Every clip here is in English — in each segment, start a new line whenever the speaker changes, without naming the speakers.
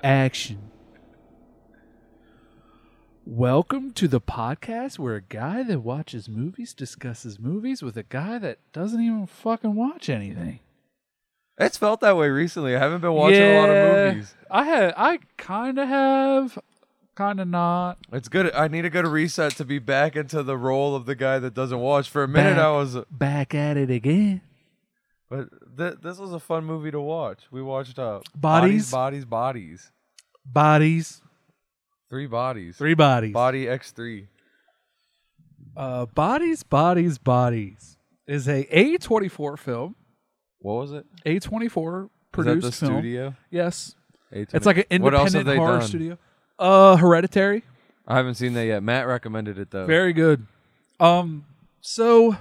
connection. Welcome to the podcast where a guy that watches movies discusses movies with a guy that doesn't even fucking watch anything.
It's felt that way recently. I haven't been watching a lot
Yeah,
of movies.
I had, I kind of have, kind of not.
It's good. I need a good reset to be back into the role of the guy that doesn't watch. For a minute,
Back.
I was,
Back at it again.
but th- this was a fun movie to watch. We watched uh,
Bodies?
bodies, bodies,
Bodies,
three bodies,
three bodies.
body X three.
Uh, Bodies, Bodies, Bodies is a A24 film.
What was it? Is
A24
that
produced
the
film.
studio?
Yes.
A20.
It's like an
What else
independent
have they
horror
done?
studio. Uh Hereditary.
I haven't seen that yet. Matt recommended it though.
Very good. Um so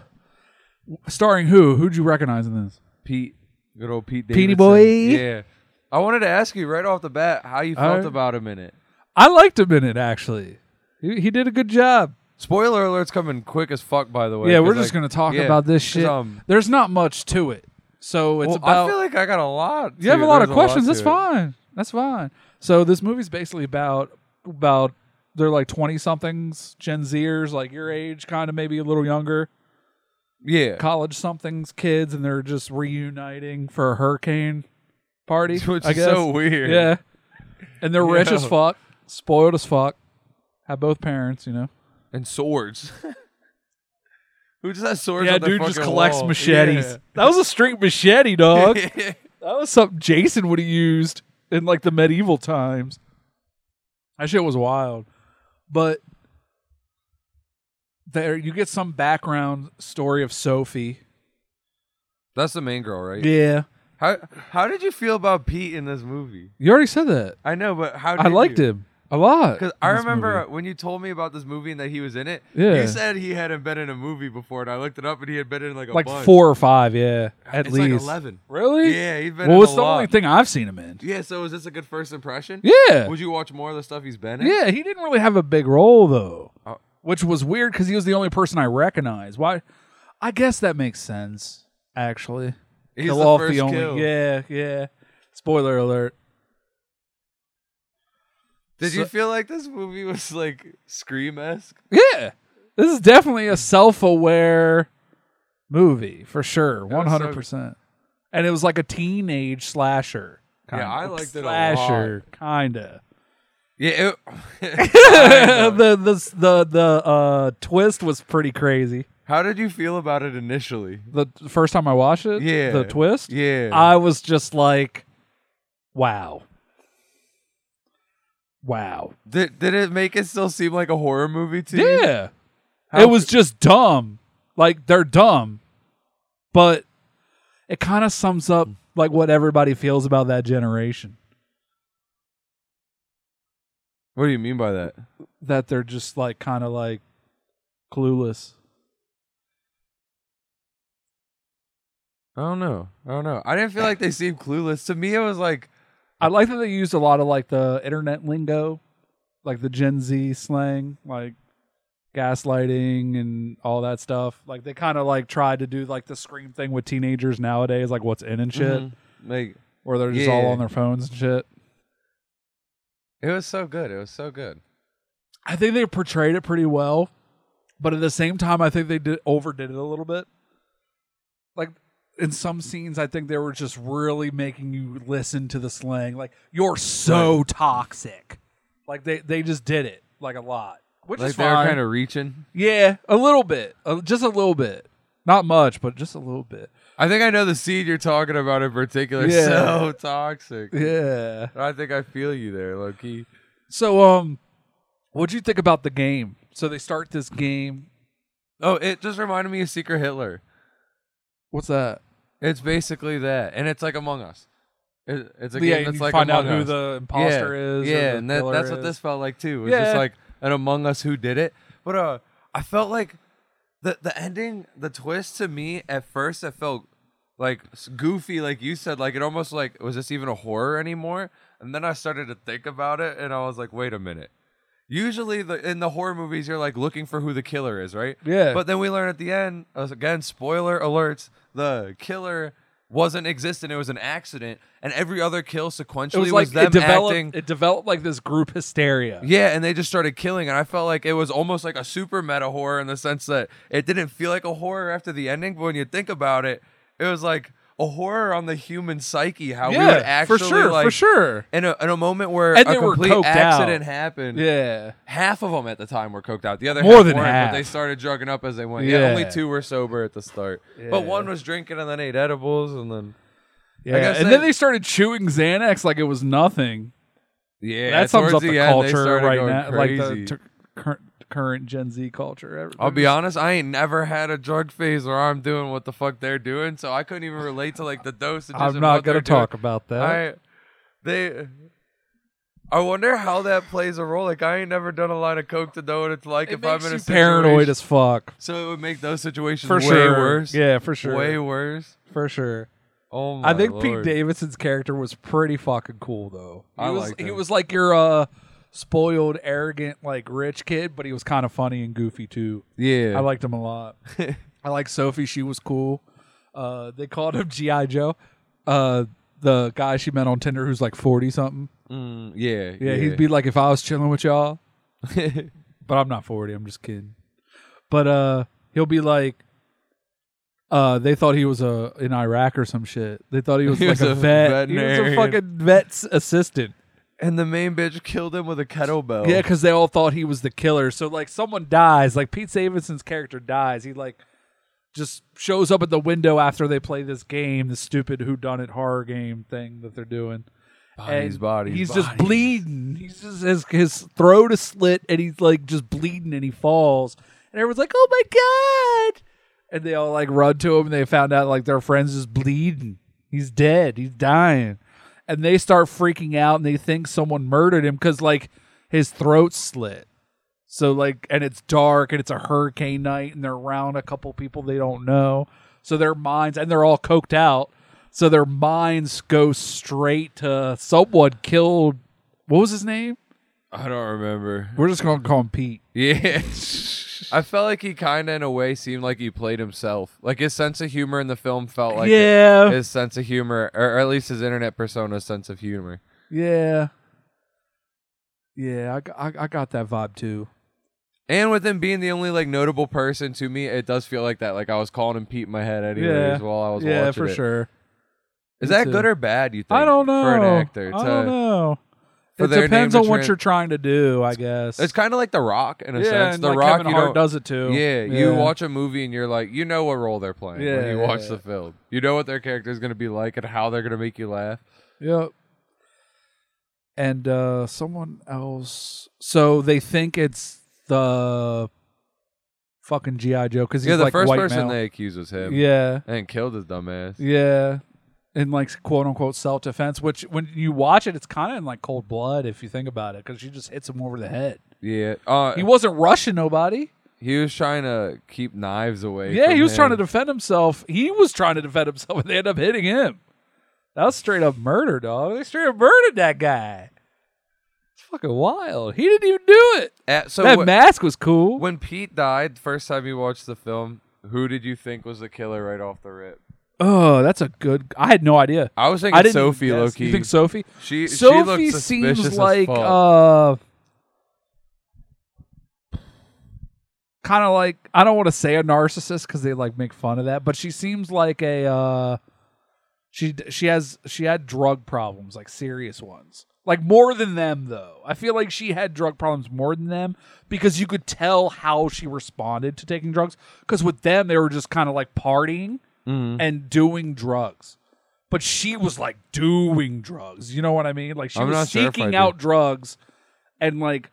starring who? Who'd you recognize in this?
Pete, good old Pete.
Petey
Davidson.
boy.
Yeah. I wanted to ask you right off the bat how you felt
Alright.
about him in it.
I liked him in it actually. He, he did a good job.
Spoiler alert's coming quick as fuck, by the way.
yeah, we're
'cause,
just
like-
gonna talk
yeah,
about this
'cause,
shit.
um,
There's not much to it. So it's
well,
about
I feel like I got a lot.
you have a
to-
lot of
there's
questions. That's
to it.
fine. That's fine. So this movie's basically about about they're like twenty somethings, Gen Zers, like your age, kind of maybe a little younger,
Yeah.
college somethings kids, and they're just reuniting for a hurricane party.
Which
I
is
guess.
so weird.
Yeah, and they're rich
Yo.
as fuck, spoiled as fuck, have both parents, you know.
And swords. Who just has swords?
yeah,
on their
dude just
fucking
collects
wall?
machetes.
Yeah.
That was a straight machete, dog. that was something Jason would have used in like the medieval times. That shit was wild. But there you get some background story of Sophie.
That's the main girl, right?
Yeah.
How how did you feel about Pete in this movie?
You already said that.
I know, but how did
I liked
you?
him a lot.
Because I remember when you told me about this movie and that he was in it.
Yeah.
You said he hadn't been in a movie before, and I looked it up, and he had been in like a
like
bunch.
four or five, yeah. At
It's
least
like eleven.
Really?
Yeah, he's been.
Well,
in
it's
a
the
lot.
only thing I've seen him in.
Yeah. So is this a good first impression?
Yeah.
Would you watch more of the stuff he's been in?
Yeah, he didn't really have a big role though,
Oh.
which was weird because he was the only person I recognized. Why? I guess that makes sense. Actually,
He's
Kill
the
off
first kill.
Yeah, yeah. Spoiler alert.
Did
So-
you feel like this movie was like Scream esque?
Yeah, this is definitely a self-aware movie for sure, one
was so
hundred percent. And it was like a teenage slasher.
Yeah,
kinda.
I liked it a lot.
Slasher, kinda.
Yeah. It,
the the the the uh, twist was pretty crazy.
how did you feel about it initially?
the t- first time I watched it,
Yeah.
the twist,
Yeah.
I was just like, wow, wow,
did did it make it still seem like a horror movie to you?
yeah,
How-
it was just dumb. Like they're dumb, but it kind of sums up like what everybody feels about that generation
What do you mean by that?
that they're just like kind of like clueless.
I don't know. I don't know. I didn't feel like they seemed clueless. To me, it was like
I like that they used a lot of like the internet lingo, like the Gen Z slang, like gaslighting and all that stuff. Like they kind of like tried to do like the scream thing with teenagers nowadays, like what's in and shit,
mhm, like
where they're just all
Yeah.
on their phones and shit.
it was so good. It was so good.
I think they portrayed it pretty well, but at the same time, I think they did overdid it a little bit. Like in some scenes, I think they were just really making you listen to the slang. Like you're so toxic. Like they they just did it like a lot, which
Like
is
they were
fine.
kind of reaching.
yeah, a little bit, uh, just a little bit, not much, but just a little bit.
I think I know the scene you're talking about in particular.
Yeah.
So toxic.
Yeah.
I think I feel you there, Loki.
So um, what'd you think about the game? So they start this game.
Oh, it just reminded me of Secret Hitler.
What's that?
It's basically that, and it's like Among Us. It, it's a
yeah, and
game that's
you
like
find out
Among
who
Us.
the imposter
yeah.
is. or
Yeah,
the
and that,
killer
that's what
is.
this felt like too. It was
Yeah.
just like an Among Us who did it. But uh, I felt like the the ending, the twist to me at first, it felt like s- goofy, like you said, like it almost like was this even a horror anymore? And then I started to think about it, and I was like, wait a minute. Usually, the, in the horror movies, you're like looking for who the killer is, right?
Yeah.
But then we learn at the end, uh, again, spoiler alerts, the killer wasn't existent. It was an accident, and every other kill sequentially
It was like
was them
it developed.
acting.
It developed like this group hysteria.
Yeah, and they just started killing, and I felt like it was almost like a super meta horror in the sense that it didn't feel like a horror after the ending, but when you think about it, it was like a horror on the human psyche. How we would
for
actually
sure,
like
for sure.
in a in a moment where
And
a
they were
complete
coked
accident
out.
happened.
Yeah,
Half of them at the time were coked out. The other
More
half
than
weren't,
half.
but they started drugging up as they went. Yeah, only
Yeah.
two were sober at the start,
Yeah.
but one was drinking and then ate edibles and then
yeah.
guess
And
that-
then they started chewing Xanax like it was nothing.
yeah.
that sums
towards
up the,
end, they
culture
started
right
going
now, like the
crazy.
t- current current Gen Z culture.
I'll be honest, I ain't never had a drug phase where I'm doing what the fuck they're doing, so I couldn't even relate to like the dosages.
I'm
and
not
what they're
gonna
doing.
talk about that.
I they. I wonder how that plays a role. Like I ain't never done a lot of coke to know what it's like
It
if I'm
makes
in a
you paranoid
situation.
as fuck.
So it would make those situations
For
way
sure.
worse.
Yeah, for sure.
way worse.
for sure.
Oh my
I think
Lord.
Pete Davidson's character was pretty fucking cool though. He
I
was
liked
he
him.
was like your uh spoiled, arrogant, like rich kid, but he was kind of funny and goofy too.
Yeah,
I liked him a lot. I like Sophie, she was cool. Uh they called him G.I. Joe. Uh the guy she met on Tinder who's like forty something.
Mm, yeah,
Yeah, he'd be like if I was chilling with y'all. but I'm not 40, I'm just kidding. But uh he'll be like uh they thought he was a in Iraq or some shit. They thought he was
He
like
was
a,
a
vet. He was a
veterinarian.
fucking vet's assistant.
and the main bitch killed him with a kettlebell.
Yeah, cuz they all thought he was the killer. So like someone dies, like Pete Davidson's character dies. He like just shows up at the window after they play this game, this stupid who done it horror game thing that they're doing.
bodies,
and
bodies.
He's just
bodies.
bleeding. He's just his his throat is slit, and he's like just bleeding, and he falls. And everyone's like, "Oh my god!" And they all like run to him, and they found out like their friends is bleeding. He's dead. He's dying, and they start freaking out, and they think someone murdered him because like his throat slit. So like, and it's dark, and it's a hurricane night, and they're around a couple people they don't know. So their minds, and they're all coked out. So their minds go straight to someone killed. What was his name?
I don't remember.
We're just gonna call him Pete.
Yeah. I felt like he kind of, in a way, seemed like he played himself. Like his sense of humor in the film felt like
yeah,
his sense of humor, or at least his internet persona's sense of humor.
yeah, yeah. I, g- I- I got that vibe too.
And with him being the only like notable person to me, it does feel like that. Like I was calling him Pete in my head anyways
Yeah.
while I was
yeah,
watching
for
it.
sure.
Is
Me
that
too.
good or bad? You think
I don't know
for an actor?
I
to-
don't know.
for
It
their
depends
name
on
to
what
tran-
you're trying to do, I guess.
It's kind of like The Rock in a
yeah,
sense.
and
the
like
Rock,
Kevin
you
Hart
don't.
does it too.
yeah, you watch a movie and you're like, you know what role they're playing when
Yeah,
you
yeah,
watch
yeah.
the film. You know what their character's going to be like and how they're going to make you laugh.
Yep. And uh someone else. So they think it's the fucking GI Joe because he's
Yeah, the
like
first
white
person
male.
they accused was him.
yeah,
And killed his dumbass.
yeah, in like quote unquote self defense. Which when you watch it, it's kind of in like cold blood if you think about it because she just hits him over the head.
Yeah. Uh,
He wasn't rushing nobody.
he was trying to keep knives away.
Yeah,
from
he was
him.
trying to defend himself. He was trying to defend himself, and they end up hitting him. That was straight up murder, dog. They straight up murdered that guy. It's fucking wild. He didn't even do it.
Uh, so
that
wh-
mask was cool.
when Pete died, first time you watched the film, who did you think was the killer right off the rip?
oh, that's a good. I had no idea.
I was
I
thinking
didn't
Sophie
guess.
Loki.
You think Sophie?
She she
Sophie
looked suspicious
seems
as
like
fuck.
uh, kind of like I don't want to say a narcissist because they like make fun of that, but she seems like a uh, she she has she had drug problems like serious ones, like more than them though. I feel like she had drug problems more than them because you could tell how she responded to taking drugs. Because with them, they were just kind of like partying
Mm-hmm.
and doing drugs but she was like doing drugs. You know what I mean? Like she
I'm
was
not sure if I
seeking
do.
out drugs, and like,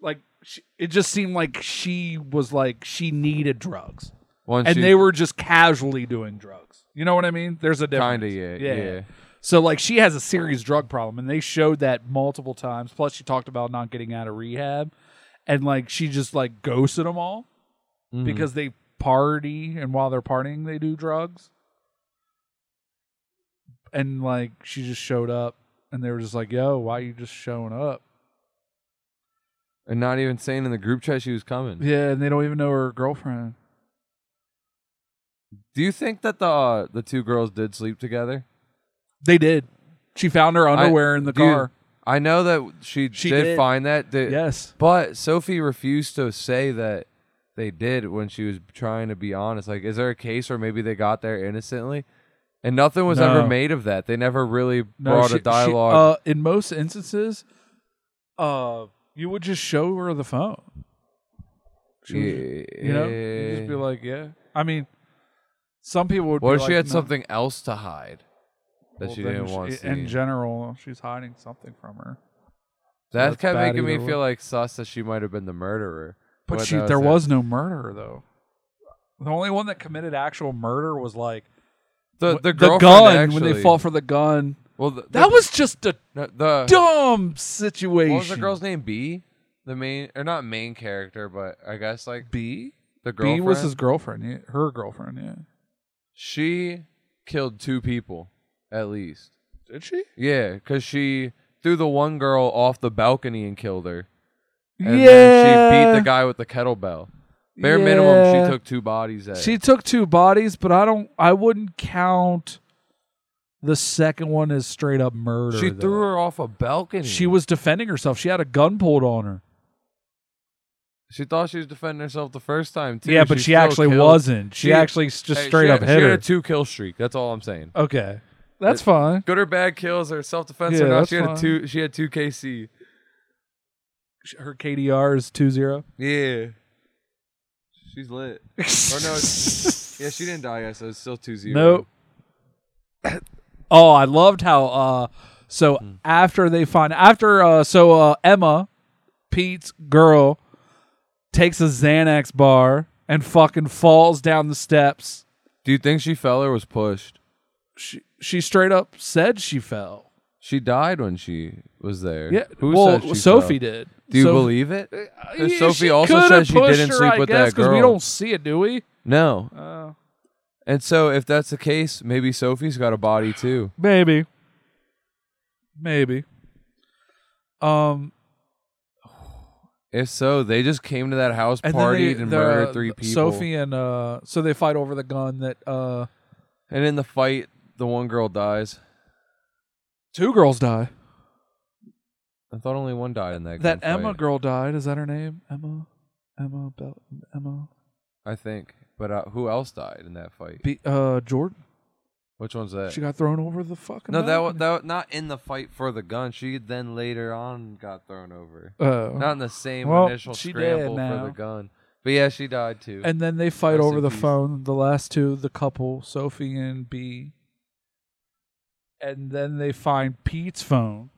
like she, it just seemed like she was like she needed drugs,
Once
and
she-
they were just casually doing drugs. You know what I mean? There's a difference.
Kinda, yeah, yeah.
So like she has a serious drug problem, and they showed that multiple times. Plus, she talked about not getting out of rehab, and like she just like ghosted them all
Mm-hmm.
because they party and while they're partying they do drugs and like she just showed up and they were just like yo why you just showing up
and not even Mm-hmm. saying in the group chat she was coming.
yeah and they don't even know her girlfriend
Do you think that the uh, the two girls did sleep together?
They did. She found her underwear in the
Do you-
car.
I know that she,
She
did,
did.
find that. Did,
Yes.
But Sophie refused to say that they did when she was trying to be honest. Like, is there a case where maybe they got there innocently? And nothing was
No.
ever made of that. They never really
No,
brought
she-
a
she- uh,
dialogue.
in most instances, uh, you would just show her the phone. She would- you know, you'd just be
Yeah.
like, yeah. I mean, some people would.
what
be
if she
like,
had
"No."
something else to hide that
Well,
she
then
didn't want to
In
see?
general, she's hiding something from her.
that
that's
kept
bad
making me
either way.
feel like sus that she might have been the murderer.
But
What
she,
knows
there
that-
was no murder though. The only one that committed actual murder was like
the
wh-
the, girlfriend
gun when they
actually-
fought for the gun.
Well, the,
That was just a
the, the
dumb situation.
what was the girl's name? B, the main or not main character, but I guess like
B?
the girlfriend.
B was his girlfriend. Yeah, her girlfriend. Yeah.
She killed two people, at least.
Did she?
Yeah, because she threw the one girl off the balcony and killed her. And
yeah.
then she beat the guy with the kettlebell. Bare minimum,
Yeah.
she took two bodies at.
She took two bodies, but I don't. I wouldn't count the second one as straight up murder.
she
though.
threw her off a balcony.
She was defending herself. She had a gun pulled on her.
She thought she was defending herself the first time too.
yeah, but she,
still
actually
killed-
wasn't. She,
She-
actually s- just
Hey,
straight
she
up
had-
hit
she
her.
Had a two kill streak. That's all I'm saying.
okay, that's fine.
Good or bad kills or self defense
Yeah,
or not.
that's
She had
fine.
a two. She had two KC.
Her KDR is two zero.
Yeah. She's lit.
or no,
Yeah, she didn't die yet, so it's still 2 0.
Nope. oh, I loved how uh so after they find after uh so uh Emma, Pete's girl, takes a Xanax bar and fucking falls down the steps.
Do you think she fell or was pushed?
She she straight up said she fell.
She died when she was there.
Yeah.
Who
well,
said she
Sophie
fell?
did. Uh,
Do you
Soph-
believe it?
Yeah,
Because Sophie
she
also
coulda
said she
pushed
didn't
her,
sleep
I
with
guess,
that
'cause
girl.
We don't see it, do we?
No.
Uh,
And so if that's the case, maybe Sophie's got a body too.
Maybe. Maybe. Um
If so, they just came to that house,
and then
partied,
they-
and
the-
murdered three people.
Sophie and uh so they fight over the gun that uh
And in the fight, the one girl dies.
two girls die.
I thought only one died in that.
That
gunfight,
Emma girl died. Is that her name? Emma Emma Bell Emma
I think. But uh, who else died in that fight?
Be- uh Jordan.
Which one's that?
She got thrown over the fucking
no, that wa-
balcony.
that wa- not in the fight for the gun. She then later on got thrown over.
Oh.
Not in the same
Well,
initial
she dead
scramble for
now.
the gun. But yeah, she died too.
and then they fight
Rest
over
in
the
peace.
phone, the last two, the couple, Sophie and B. And then they find Pete's phone.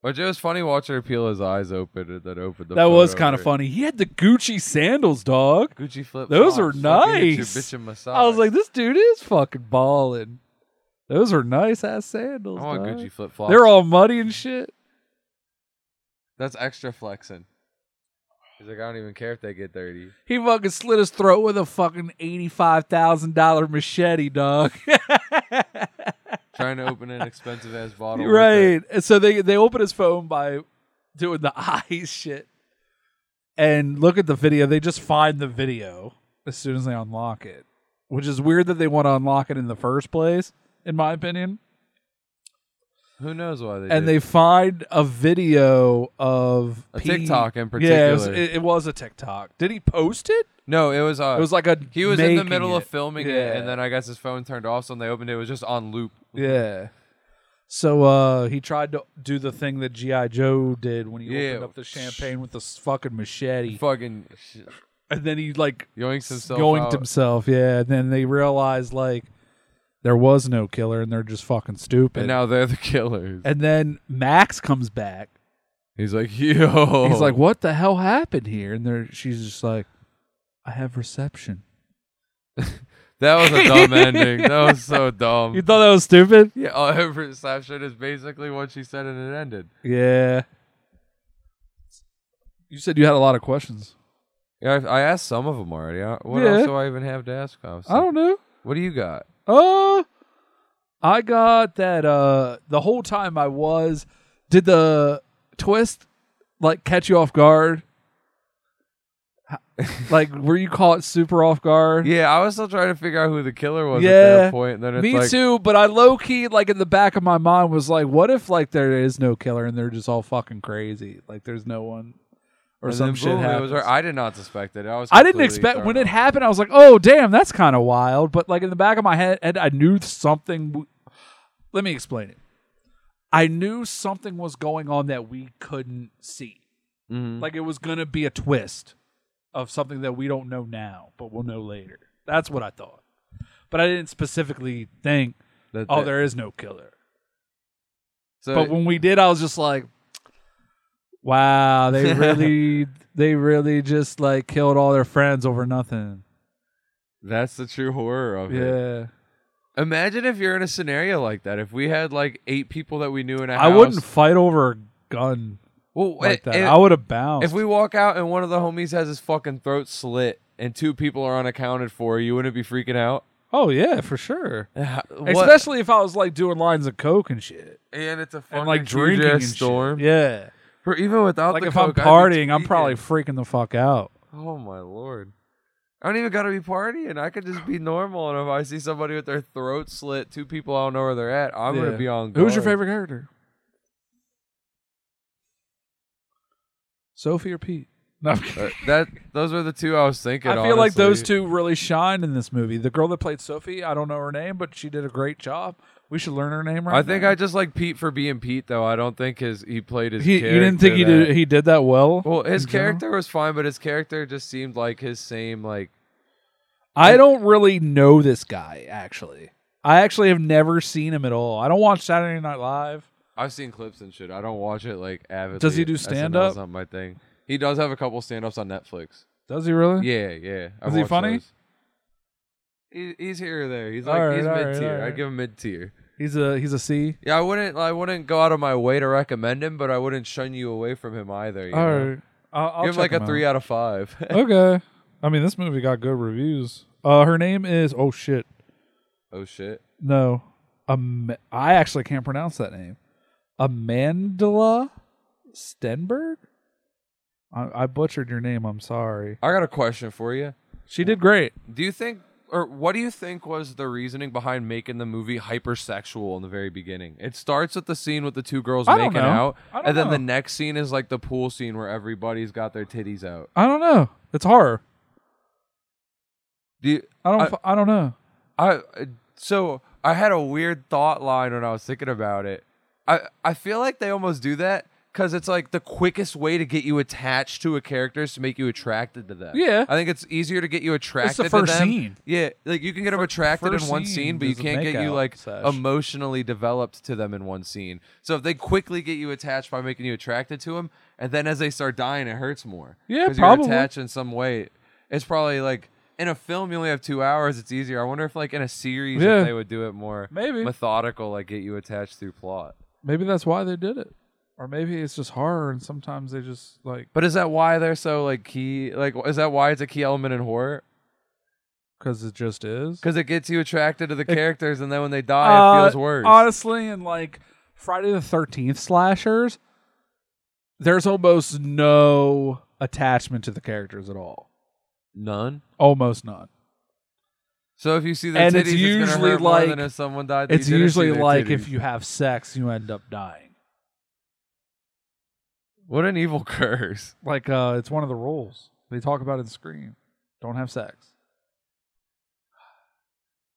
Which it was funny watching her peel his eyes open and then open the
that
phone
was
over
kind of
it.
funny. He had the Gucci sandals, dog.
Gucci flip.
Those are nice.
Your bitch and massage.
I was like, this dude is fucking balling. Those are nice ass
I
sandals.
want
dog.
Gucci flip flops.
They're all muddy and shit.
That's extra flexing. He's like, I don't even care if they get dirty.
He fucking slit his throat with a fucking eighty-five thousand dollar machete, dog.
Trying to open an expensive ass bottle. with it.
right. And so they they open his phone by doing the eyes shit. And look at the video. They just find the video as soon as they unlock it, which is weird that they want to unlock it in the first place, in my opinion.
Who knows why they?
and
did.
they find a video of
A
Pete-
TikTok in
Yeah, it was,
particular.
it, it was a TikTok. Did he post it?
no, it was. Uh,
It was like a
he was in the
making
middle of
it.
filming it,
Yeah.
and then I guess his phone turned off, so when they opened it, it was just on loop.
yeah. So uh, he tried to do the thing that GI Joe did when he
Yeah.
opened up the champagne with this fucking machete,
Fucking sh-
and then he like
yoinks himself.
yoinked
out.
himself. Yeah, and then they realized like there was no killer, and they're just fucking stupid.
And now they're the killers.
and then Max comes back.
He's like, yo.
He's like, "What the hell happened here?" And there, she's just like, "I have reception."
that was a dumb ending. That was so dumb.
You thought that was stupid?
Yeah, all over snapshot is basically what she said and it ended.
Yeah. You said you had a lot of questions.
Yeah, I, I asked some of them already. I, what
Yeah.
else do I even have to ask? Obviously?
I don't know.
What do you got?
Uh I got that uh the whole time I was did the twist like catch you off guard? like where you call it super off guard.
Yeah, I was still trying to figure out who the killer was at
Yeah.
that point, And then it's
Me
like,
too, but I low key like in the back of my mind was like, what if like there is no killer and they're just all fucking crazy? Like there's no one or
and
some
then
shit
boom, it
happens.
was right. I did not suspect it. I was.
I didn't
completely
expect
thrown
when it
off.
happened. I was like, "Oh, damn, that's kind of wild." But like in the back of my head, I knew something. w- Let me explain it. I knew something was going on that we couldn't see.
Mhm.
Like it was gonna be a twist of something that we don't know now, but we'll know later. That's what I thought. But I didn't specifically think,
That-
"Oh,
that-
there is no killer."
So
But when we did, I was just like, "Wow, they really, they really just like killed all their friends over nothing."
that's the true horror of it.
Yeah.
Imagine if you're in a scenario like that. If we had like eight people that we knew in a
I
house,
wouldn't fight over a gun
Well,
like
i-
that.
if-
I would have bounced.
if we walk out and one of the homies has his fucking throat slit and two people are unaccounted for, you wouldn't be freaking out.
oh yeah, for sure.
What?
Especially if I was like doing lines of coke and shit,
And it's a fucking
and like
huge
drinking
ass
and shit.
storm.
Yeah.
Or even without
Like
the
if I'm
coke, I'd be
partying, I'm probably freaking the fuck out.
tweaking. Oh my lord. I don't even gotta be partying. I could just be normal, and if I see somebody with their throat slit, two people I don't know where they're at, I'm
Yeah.
gonna be on.
Who's your
guard.
favorite character? Sophie or Pete? No, I'm kidding.
Uh, that those are the two I was thinking.
I feel like those
honestly.
two really shine in this movie. The girl that played Sophie, I don't know her name, but she did a great job. We should learn her name right
I think
now.
I just like Pete for being Pete, though. I don't think his he played his.
he, you didn't think he
character
did
that-
he did that well?
Well, his
in general?
character was fine, but his character just seemed like his same like.
I don't really know this guy actually. I actually have never seen him at all. I don't watch Saturday Night Live.
I've seen clips and shit. I don't watch it like avidly.
Does he do
SNL 's
stand-up?
Not my thing. He does have a couple stand-ups on Netflix.
Does he really?
Yeah, yeah. I've
Is he
watched
funny?
those. He, he's here or there. He's like
Alright,
he's
alright,
mid tier.
alright.
I'd give him mid tier.
He's a he's a C.
Yeah, I wouldn't. I wouldn't go out of my way to recommend him, but I wouldn't shun you away from him either. You
All
know?
right. I'll, I'll
give him
check
like a
him
three out of five.
out. Okay. I mean, this movie got good reviews. Uh, her name is oh shit
oh shit.
no, um, I actually can't pronounce that name. Amandla Stenberg. I, I butchered your name. I'm sorry.
I got a question for you.
She did great.
Do you think, or what do you think was the reasoning behind making the movie hypersexual in the very beginning? It starts with the scene with the two girls
I don't
making
know.
out,
I don't
and then
know.
the next scene is like the pool scene where everybody's got their titties out.
I don't know. It's horror.
Do you,
I don't.
I-
f- I don't know.
I so I had a weird thought line when I was thinking about it. I I feel like they almost do that because it's like the quickest way to get you attached to a character is to make you attracted to them.
Yeah.
I think it's easier to get you attracted.
first
to them.
scene.
Yeah, like you can get them attracted
first
in one
scene
scene, but you
is a
can't get you
makeout
like
sesh.
emotionally developed to them in one scene. So if they quickly get you attached by making you attracted to them, and then as they start dying, it hurts more.
Yeah,
'Cause
probably.
You're attached in some way. It's probably like in a film you only have two hours. It's easier. I wonder if like in a series
Yeah.
if they would do it more
Maybe.
methodical, like get you attached through plot.
Maybe that's why they did it. Or maybe it's just horror and sometimes they just like
But is that why they're so like key? Like is that why it's a key element in horror?
cuz it just is.
Because it gets you attracted to the characters, and then when they die,
Uh,
it feels worse.
Honestly, and like Friday the 13th slashers, there's almost no attachment to the characters at all.
None.
Almost none.
So if you see their
And
titties,
it's
it's,
usually
gonna hurt more
like-
than if someone died. that
It's
you didn't see
usually
their
like
titties.
if you have sex, you end up dying.
What an evil curse!
Like uh it's one of the rules. They talk about it in Scream. Don't have sex.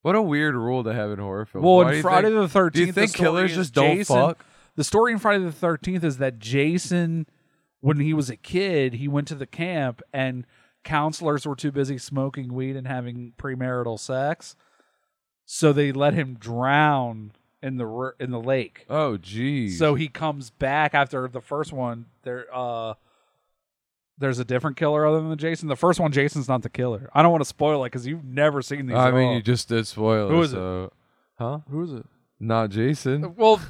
What a weird rule to have in horror films.
Well,
Why do
in
you
Friday
think,
the 13th,
do you
the
think
story
killers
is
just don't
Jason-
fuck?
The story in Friday the 13th is that Jason, when he was a kid, he went to the camp and counselors were too busy smoking weed and having premarital sex. So they let him drown in the ri- in the lake.
Oh, geez.
So he comes back after the first one. There, uh, there's a different killer other than Jason. The first one, Jason's not the killer. I don't want to spoil it because you've never seen these.
I
at
mean,
all.
you just did spoil
Who
it,
is it?
so- Huh?
who is it?
Not Jason.
Well,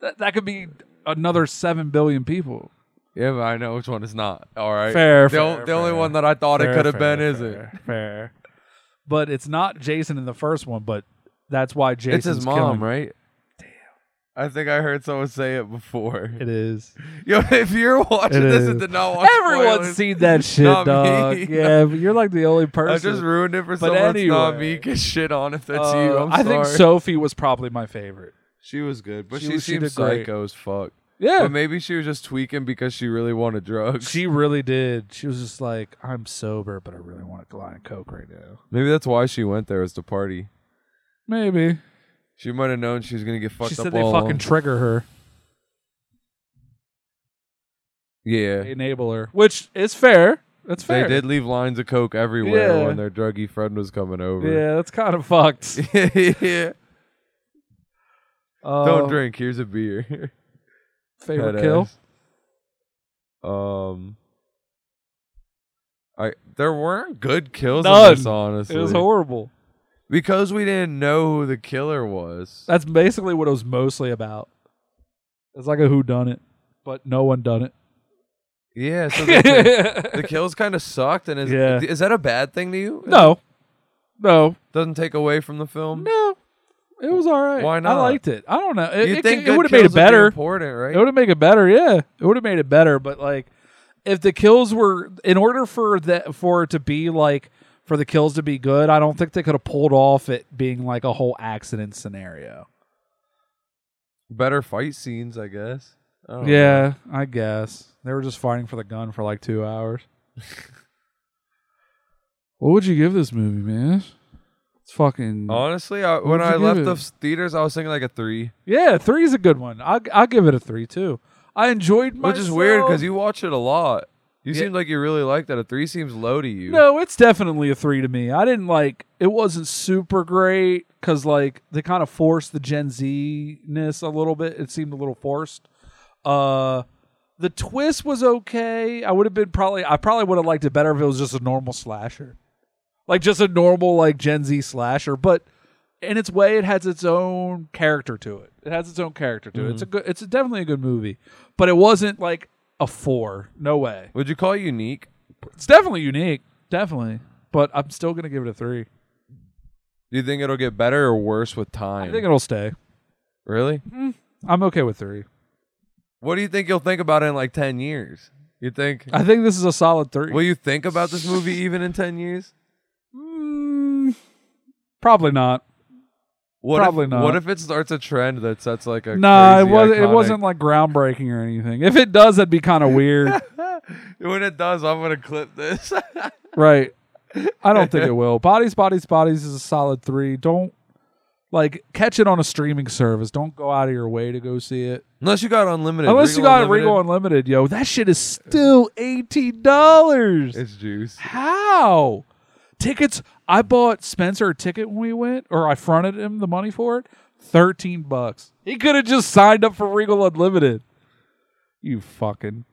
that that could be another seven billion people.
Yeah, but I know which one is not. All right.
Fair,
The, o-
fair,
the only
fair.
one that I thought it could have been is it.
fair, Fair, but it's not Jason in the first one. But that's why Jason's
It's his mom,
killing.
right? I think I heard someone say it before.
It is.
Yo, if you're watching
It
this
is.
and did not watch
Everyone's
spoilers,
seen that shit,
Not me.
dog. Yeah, but you're like the only person.
I just ruined it for
But
someone that's not
anyway.
me. Cause shit on if that's
Uh,
you. I'm
I think
sorry.
Sophie was probably my favorite.
She was good, but
She
she,
was- she
seemed
did great.
psycho as fuck.
Yeah,
But maybe she was just tweaking because she really wanted drugs.
she really did. She was just like, I'm sober, but I really want a line of coke right now.
maybe that's why she went there was to party.
Maybe
She might have known she was gonna get fucked
she
up.
said they
all
fucking
along.
trigger her,
yeah.
enable her, which is fair. That's
They
fair.
did leave lines of coke everywhere
Yeah.
when their druggy friend was coming over.
Yeah, that's kind of fucked.
Yeah. yeah.
Uh,
Don't drink. Here's a beer.
Favorite
Dead
kill.
ass. Um, I there weren't good kills
None.
in this, honestly,
It was horrible.
because we didn't know who the killer was.
That's basically what it was mostly about. It's like a who done it, but no one done it.
yeah, so the, the kills kind of sucked. And is
Yeah.
is that a bad thing to you?
no, no,
doesn't take away from the film.
no. It was all right.
Why
I
not?
liked it. I don't know. It,
you
it,
think
it
good
would have made
kills
it
would be
better.
important, right?
It would have made it better. Yeah, it would have made it better. But like, if the kills were in order for that for it to be like for the kills to be good, I don't think they could have pulled off it being like a whole accident scenario.
better fight scenes, I guess. I don't know.
Yeah, I guess they were just fighting for the gun for like two hours. what would you give this movie, man? It's fucking
Honestly, I, when
What'd
I
you
left
give
the
it?
theaters, I was thinking like a three,
yeah. Three is a good one. I'll, I'll give it a three too. I enjoyed myself.
which is weird because you watch it a lot. You
Yeah.
seemed like you really liked that. A three seems low to you.
No, it's definitely a three to me. I didn't like it wasn't super great because like they kind of forced the Gen Z ness a little bit. It seemed a little forced. Uh the twist was okay. I would have been probably I probably would have liked it better if it was just a normal slasher. Like just a normal like Gen Z slasher, but in its way it has its own character to it. It has its own character to it. It's a good it's definitely a good movie. But it wasn't like a four. No way.
Would you call it unique?
It's definitely unique, definitely. But I'm still gonna give it a three.
Do you think it'll get better or worse with time?
I think it'll Mm-hmm. stay.
really?
I'm okay with three.
What do you think you'll think about it in like 10 years? You think
I think this is a solid three.
will you think about this movie even in 10 years?
Mm, probably not.
What
Probably
if,
not.
What if it starts a trend that sets like a
Nah, it
crazy,
wasn't. It
iconic-
wasn't like groundbreaking or anything. If it does, that'd be kind of weird,
When it does, I'm gonna clip this.
right? I don't think it will. Bodies, bodies, bodies is a solid three. Don't like catch it on a streaming service. Don't go out of your way to go see it
Unless you got unlimited.
unless you
Regal
got
Unlimited,
Regal Unlimited. Yo, that shit is still eighteen dollars.
It's juice.
How? Tickets. I bought Spencer a ticket when we went, or I fronted him the money for it. Thirteen bucks. He could have just signed up for Regal Unlimited. You fucking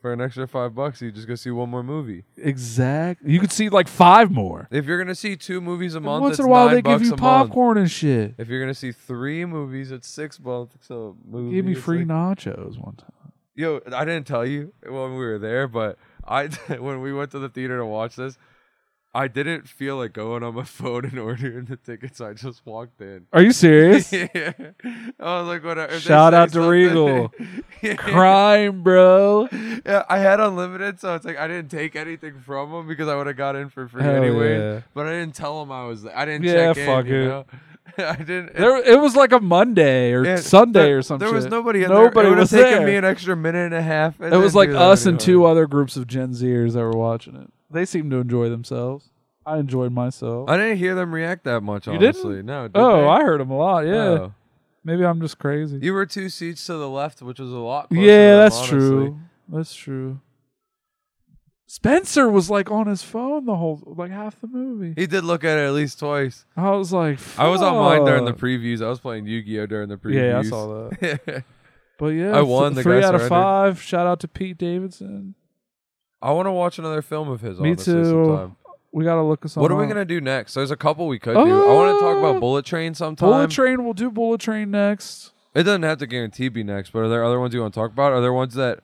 For an extra five bucks, you just go see one more movie.
exact. You could see like five more.
If you're gonna see two movies a
And
month,
Once
it's
in a while,
nine
they give
bucks
you
a month.
popcorn and shit.
If you're gonna see three movies, it's six bucks a movie.
Give me
It's
free
like-
nachos one time.
Yo, I didn't tell you when we were there, but I when we went to the theater to watch this, I didn't feel like going on my phone and ordering the tickets. I just walked in.
Are you serious?
yeah. I was like, whatever. if they
Shout
say
out to
something-
Regal.
Yeah.
Crime, bro.
Yeah, I had unlimited, so it's like I didn't take anything from them because I would have got in for free
Hell
anyway.
yeah.
But I didn't tell them I was there. I didn't
Yeah,
check in.
fuck
you
it.
know? I didn't.
There, it was like a Monday or
Yeah,
Sunday
there-
or something.
There was nobody in
Nobody
there. It would have
was
taken
there.
me an extra minute and a half.
It was like us and two other groups of Gen Zers that were watching it. They seemed to enjoy themselves. I enjoyed myself.
I didn't hear them react that much.
You didn't?
Honestly, no. did
oh,
they?
I heard them a lot. Yeah,
Oh.
maybe I'm just crazy.
You were two seats to the left, which was a lot. closer to
yeah,
them,
that's
honestly.
true. That's true. Spencer was like on his phone the whole like half the movie.
He did look at it at least twice.
I was like,
I was on mine during the
"Fuck."
previews. I was playing Yu Gi Oh during the previews.
yeah, I saw that.
that.
But yeah,
I won, the
three
guy
out of
surrendered.
five. Shout out to Pete Davidson.
I want to watch another film of his.
Me
honestly,
too.
Sometime.
We gotta look us up.
What are we gonna do next? There's a couple we could do. I want to talk
Uh,
about Bullet Train sometime.
Bullet Train. We'll do Bullet Train next.
It doesn't have to guarantee be next, but are there other ones you want to talk about? Are there ones that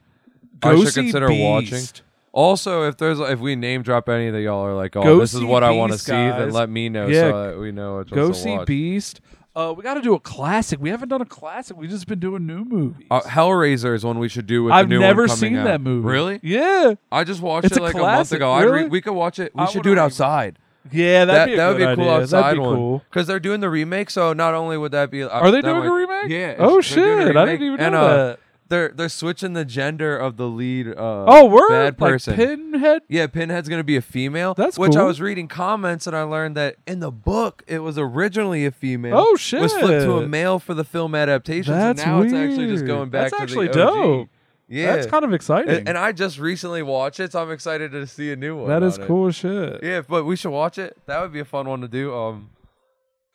Go
I should
see
consider watching?
Beast.
Also, if there's if we name drop any that y'all are like, oh,
Go
this is
see
what I want to
Beast,
see, then
guys.
let me know
Yeah,
so that we know which
go
ones to
see
watch.
Beast. Uh, we got to do a classic. We haven't done a classic. We've just been doing new movies.
Uh, Hellraiser is one we should do with
I've
the new
never
one coming
seen
out.
that movie.
Really?
Yeah,
I just watched
It's
it
a
like a month
classic,
ago. I
really?
re- we could watch it. We
I
should
wanna
do it
re-
outside.
yeah. That'd
that
be a
that would
good
be a cool
idea.
outside
That'd be
one
cool.
because they're doing the remake. So not only would that be uh,
Are they
that
doing a
might-
remake?
Yeah. it's-
Oh
they're doing a
shit! I didn't
remake,
even
and,
know
uh,
that.
They're they're switching the gender of the lead. Uh,
Oh, we're
bad person.
like Pinhead.
yeah, Pinhead's gonna be a female.
That's
which I
cool.
was reading comments and I learned that in the book it was originally a female.
Oh,
Was flipped to a
shit.
male for the film adaptation.
That's
now it's actually just
weird.
going back.
That's
to
actually
the OG.
dope.
Yeah,
That's kind of exciting.
and, and I just recently watched it, so I'm excited to see a new one.
that
on
is
it.
cool as shit.
Yeah, but we should watch it. That would be a fun one to do. Um,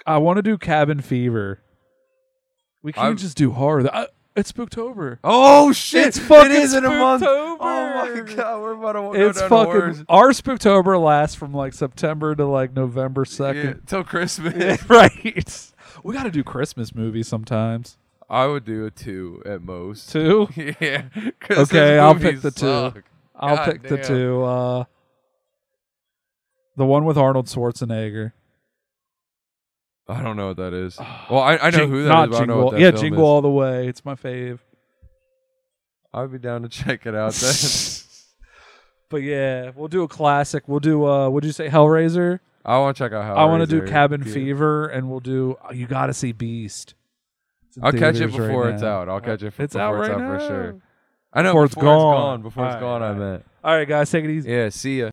I want to do Cabin Fever. We can't
I'm-
just do horror. I, it's Spooktober.
oh shit!
It's fucking
it is in a month.
Spooktober.
Oh my god, we're about to go
it's
down
fucking
to horrors.
our Spooktober lasts from like September to like November
Yeah,
second.
till Christmas.
right. We got to do Christmas movies sometimes
I would do a two at most.
too.
Yeah. 'cause his
Okay, I'll pick
movies
the two.
suck.
I'll
God
pick the
damn.
two. Uh, the one with Arnold Schwarzenegger.
I don't know what that is. Well, I, I know
Jing-
who that is.
not
but I don't know
Jingle.
what that
yeah,
film
Jingle
is.
All the Way. It's my fave.
I'd be down to check it out. Then
But yeah, we'll do a classic. We'll do. uh Would you say Hellraiser?
I want to check out how.
I want to do Cabin
yeah.
Fever, and we'll do. oh, You got to see Beast. It's in
I'll catch it
theaters right
before it's
now.
out. I'll catch it
It's
before
out
it's
right
out for
now.
sure. I know
Before
before
it's
it's
gone.
gone. Before it's
Alright,
gone, I
alright.
meant.
All right, guys, take it easy.
Yeah. See ya.